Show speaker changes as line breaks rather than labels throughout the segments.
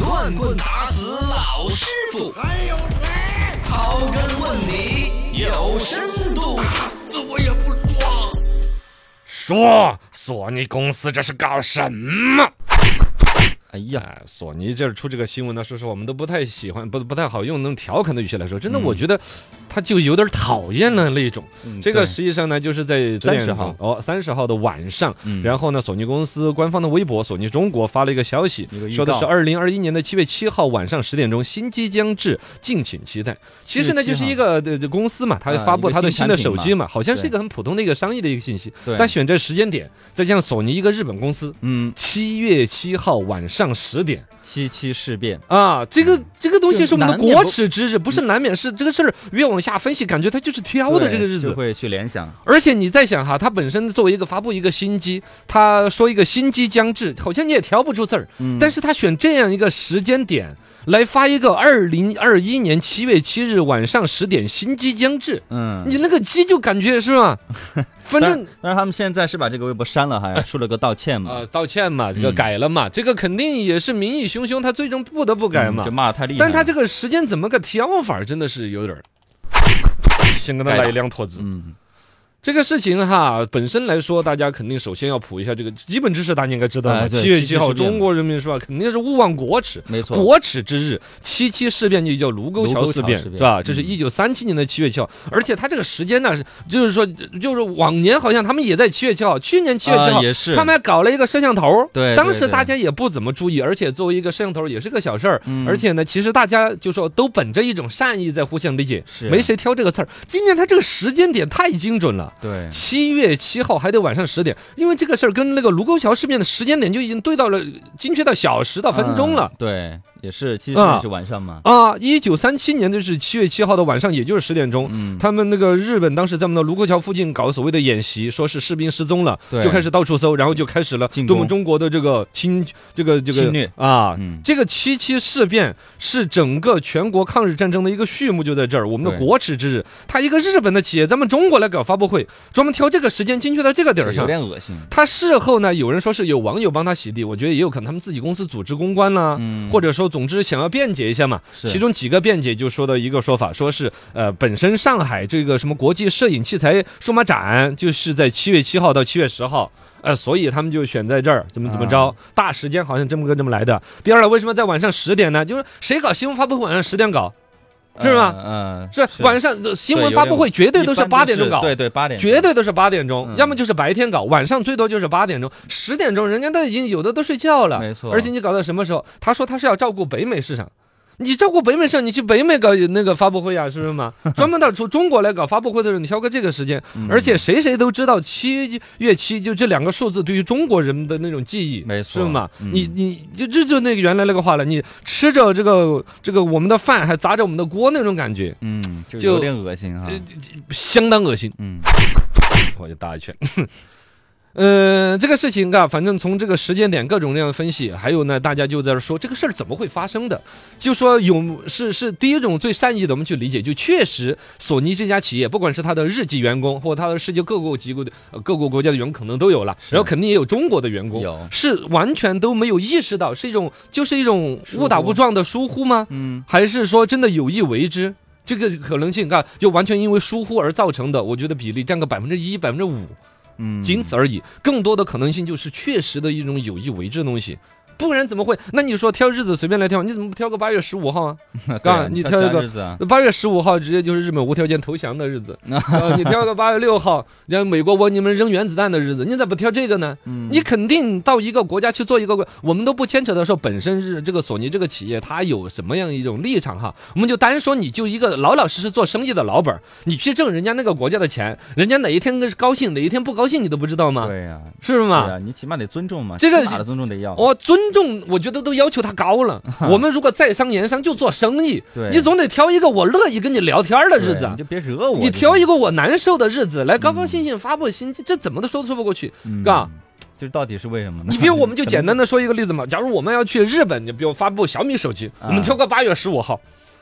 乱棍打死老师傅，还有谁？刨根问底有深度。
说，索尼公司这是搞什么？哎呀，索尼这出这个新闻呢，说实话，我们都不太喜欢，不不太好用那种调侃的语气来说。真
嗯
的，我觉得他就有点讨厌了那种。这个实际上呢，就是在昨天
30号
哦，三十号的晚上，
嗯
然后呢，索尼公司官方的微博索尼中国发了一个消息
一个，预
说的
告
是二零二一年的七月七号晚上十点钟，新机将至，敬请期待。其实呢，
7
就
月
是
7
一个呃这公司嘛，它
啊
发布
一个
它的
新
新
产
的
品
手
嘛
机嘛，好像是
对
一个很普通的一个商业的一个信息。
对
但选这时间点，再加上索尼一个日本公司，
嗯，
七月七号晚上十点
七七事变，
啊，这
嗯
个这个东西
就是
我们的
难免
国
不
耻之日，不是难免是这个事儿。越往下分析，感觉它就是挑的
对
这个日
就
子。
会去联想，
而且你再想哈，它本身作为一个发布一个新机，它说一个新机将至，好像你也挑不出刺儿。
嗯
但是他选这样一个时间点来发一个二零二一年七月七日晚上十点新机将至，
嗯，
你那个机就感觉是 吧？反
但
正
是。但是他们现在是把这个微博删了，还出了个道歉嘛，
呃，道歉嘛，这个
嗯
改了嘛，这个肯定也是民意汹汹，他最终不得不改
嗯
嘛
就。骂得太厉害
但
了，
他这个时间怎么个挑法儿，真的是有点儿。先跟他
改
来
了
两坨子，
嗯，
这个事情哈，本身来说，大家肯定首先要普一下这个基本知识，大家应该知道嘛。
哎对
七月
七七
七号，
事变
中国人民是吧？肯定是勿忘国耻，
没错，
国耻之日，七七事变就叫卢沟桥事变，
卢沟桥事变
是吧？
嗯
这是一九三七年的七月七号，而且他这个时间呢，是就是说，就是往年好像他们也在七月七号，去年七月七
啊
号。
也是
他们还搞了一个摄像头，
对
当
对
时
对
大家也不怎么注意，而且作为一个摄像头也是个小事儿，
嗯
而且呢，其实大家就说都本着一种善意在互相理解，
是
没谁挑这个刺儿。今年他这个时间点太精准了，
对
七月七号还得晚上十点，因为这个事儿跟那个卢沟桥事变的时间点就已经对到了精确到小时到分钟了
嗯。对，也是七
啊
十是晚上嘛，
啊，一九三七年的是七月七号的晚上，也就是十点钟。
嗯，
他们那个日本当时在我们的卢沟桥附近搞所谓的演习，说是士兵失踪了，
对
就开始到处搜，然后就开始了
进
对我们
攻
中国的这个侵这个这个
侵略
啊。
嗯
这个七七事变是整个全国抗日战争的一个序幕，就在这儿。我们的
对
国耻之日，他一个日本的企业，咱们中国来搞发布会，专门挑这个时间，精确到这个点儿
是有
上。
点恶心，
他事后呢，有人说是有网友帮他洗地，我觉得也有可能他们自己公司组织公关啦、
嗯
或者说总之想要辩解一下嘛。
是
其中几个辩解就说的一个说法，说是呃，本身上海这个什么国际摄影器材数码展就是在七月七号到七月十号。呃，所以他们就选在这儿，怎么怎么着，
啊
大时间好像这么个这么来的。第二呢，为什么在晚上十点呢？就是谁搞新闻发布会晚上十点搞，是吗
嗯，嗯
是晚上呃新闻
有
发布
点
会绝对
一
都是
般
八点钟搞，
对对八点钟，
绝对都是八点钟，
嗯
要么就是白天搞，晚上最多就是八点钟、十点钟，人家都已经有的都睡觉了。
没错
而且你搞到什么时候？他说他是要照顾北美市场。你照顾北美市场，你去北美搞那个发布会啊，是不是 嘛？专门到出中国来搞发布会的人，你挑个这个时间，
嗯
而且谁谁都知道七月七就这两个数字对于中国人的那种记忆，
没错
是嘛？
嗯
你你就这就那个原来那个话了，你吃着这个这个我们的饭还砸着我们的锅那种感觉，
嗯，就
就呃
有点恶心哈，
相当恶心。
嗯，
我就打一圈。 呃，这个事情啊，反正从这个时间点各种各样的分析，还有呢，大家就在这说这个事儿怎么会发生的，就说有是是第一种最善意的，我们去理解，就确实索尼这家企业，不管是它的日籍员工，或它的世界各国籍国的呃各国国家的员工，可能都有了，
是
然后肯定也有中国的员工，
有
是完全都没有意识到，是一种就是一种
疏忽
误打误撞的疏忽吗？
嗯，
还是说真的有意为之？这个可能性啊，就完全因为疏忽而造成的，我觉得比例占个百分之一、百分之五，
嗯，
仅此而已。更多的可能性就是确实的一种有意为之的东西，不然怎么会？那你说挑日子随便来挑，你怎么不挑个八月十五号啊？
对
啊你
挑
挑
其
一
他
个
日子啊，
八月十五号直接就是日本无条件投降的日 子，呃、你挑个八月六号，让美国往你们扔原子弹的日子，你咋不挑这个呢？
嗯
你肯定到一个国家去做一个国，我们都不牵扯到说本身是这个索尼这个企业它有什么样一种立场哈，我们就单说你就一个老老实实做生意的老板儿，你去挣人家那个国家的钱，人家哪一天高兴哪一天不高兴你都不知道吗？
对呀，啊
是不是
对
嘛？
呀，你起码得尊重嘛，
这个
起码
是
的尊重得要，
我尊重，我觉得都要求他高 了。我们如果在商言商就做生意，
对
你总得挑一个我乐意跟你聊天儿的
对
日子啊
你。就别惹我，
你挑
一
一个我难受的日子来高高兴兴发布新，这怎么都说都说不过去。
嗯
啊，
就是到底是为什么呢？
你比如我们就
可能
简单的说一个例子嘛，假如我们要去日本，你比如发布小米手机，我们
啊
挑个八月十五号，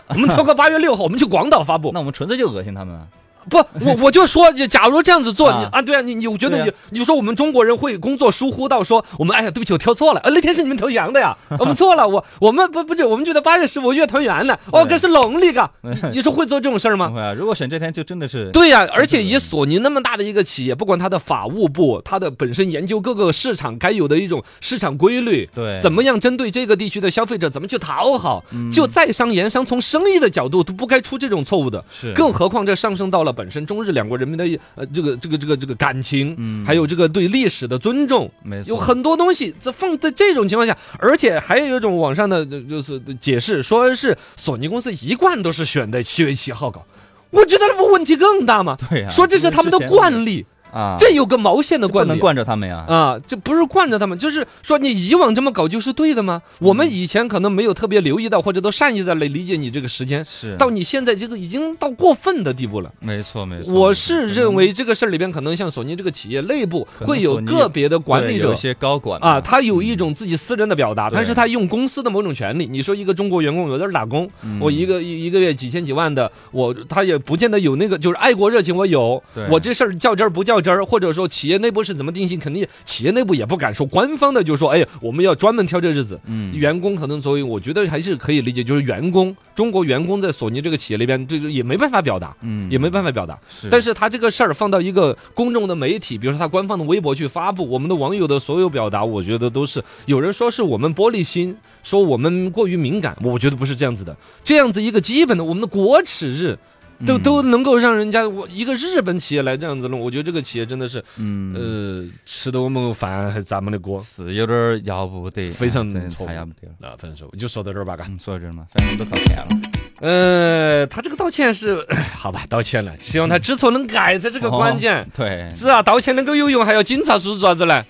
我们挑个八月六号，我们去广岛发布
那我们纯粹就恶心他们啊，
不，我我就说，假如这样子做，你
啊
啊，对啊，你你，我觉得
对啊
你，你就说我们中国人会工作疏忽到说，我们哎呀，对不起，我挑错了，呃，那天是你们投羊的 呀，我们错了，我我们不不是，我们觉得八月十五月团圆呢，哦，
对
这是农历个，你 你说会做这种事儿吗
不？会啊，如果选这天就真的是
对呀、而且以索尼那么大的一个企业，不管它的法务部，它的本身研究各个市场该有的一种市场规律，
对嗯
怎么样针对这个地区的消费者，怎么去讨好，就在商言商，从生意的角度都不该出这种错误的。
是
更何况这上升到了本身中日两国人民的呃这个这个这个这个感情，
嗯
还有这个对历史的尊重，
没错
有很多东西这放在这种情况下，而且还有一种网上的就就是解释说是索尼公司一贯都是选在七月七号搞，我觉得这不问题更大吗？
对呀
说这是他们的惯例，
啊，
这有个毛线的
不
惯
能
例。
惯着他们呀。
啊，这不是惯着他们，就是说你以往这么搞就是对的吗？
嗯
我们以前可能没有特别留意到，或者都善意的来理解你这个时间，
是，
到你现在这个已经到过分的地步了。
没错没错，
我是认为这个事儿里边可能像索尼这个企业内部
能
会有
索尼
个别的管
对
理
有
者
一。些高管嗯
啊，他有一种自己私人的表达，
对
但是他用公司的某种权利。你说一个中国员工我在这儿打工，
嗯
我一个一一个月几千几万的，我他也不见得有那个就是爱国热情，我有
对，
我这事儿较真儿不较真儿，或者说企业内部是怎么定性，肯定企业内部也不敢说，官方的就说，哎，我们要专门挑这日子。
嗯
员工可能作为，我觉得还是可以理解，就是员工，中国员工在索尼这个企业里边，这个也没办法表达，
嗯
也没办法表达。
是，
但是他这个事儿放到一个公众的媒体，比如说他官方的微博去发布，我们的网友的所有表达，我觉得都是有人说是我们玻璃心，说我们过于敏感，我觉得不是这样子的。这样子一个基本的我们的国耻日，都、
嗯
都能够让人家我一个日本企业来这样子弄，我觉得这个企业真的是，
嗯
呃，吃的我们饭还是咱们的锅。
是有点儿要不得，
非常
哎真的
错误
太要不得了。
那反正是我就说到这儿 吧，嘎。
嗯，说到这儿嘛，反正都道歉了。
呃，他这个道歉是， 好吧，道歉了，
哦
希望他知错能改，这这个关键。
对，
是啊，道歉能够有用，还要警察叔叔做啥子呢？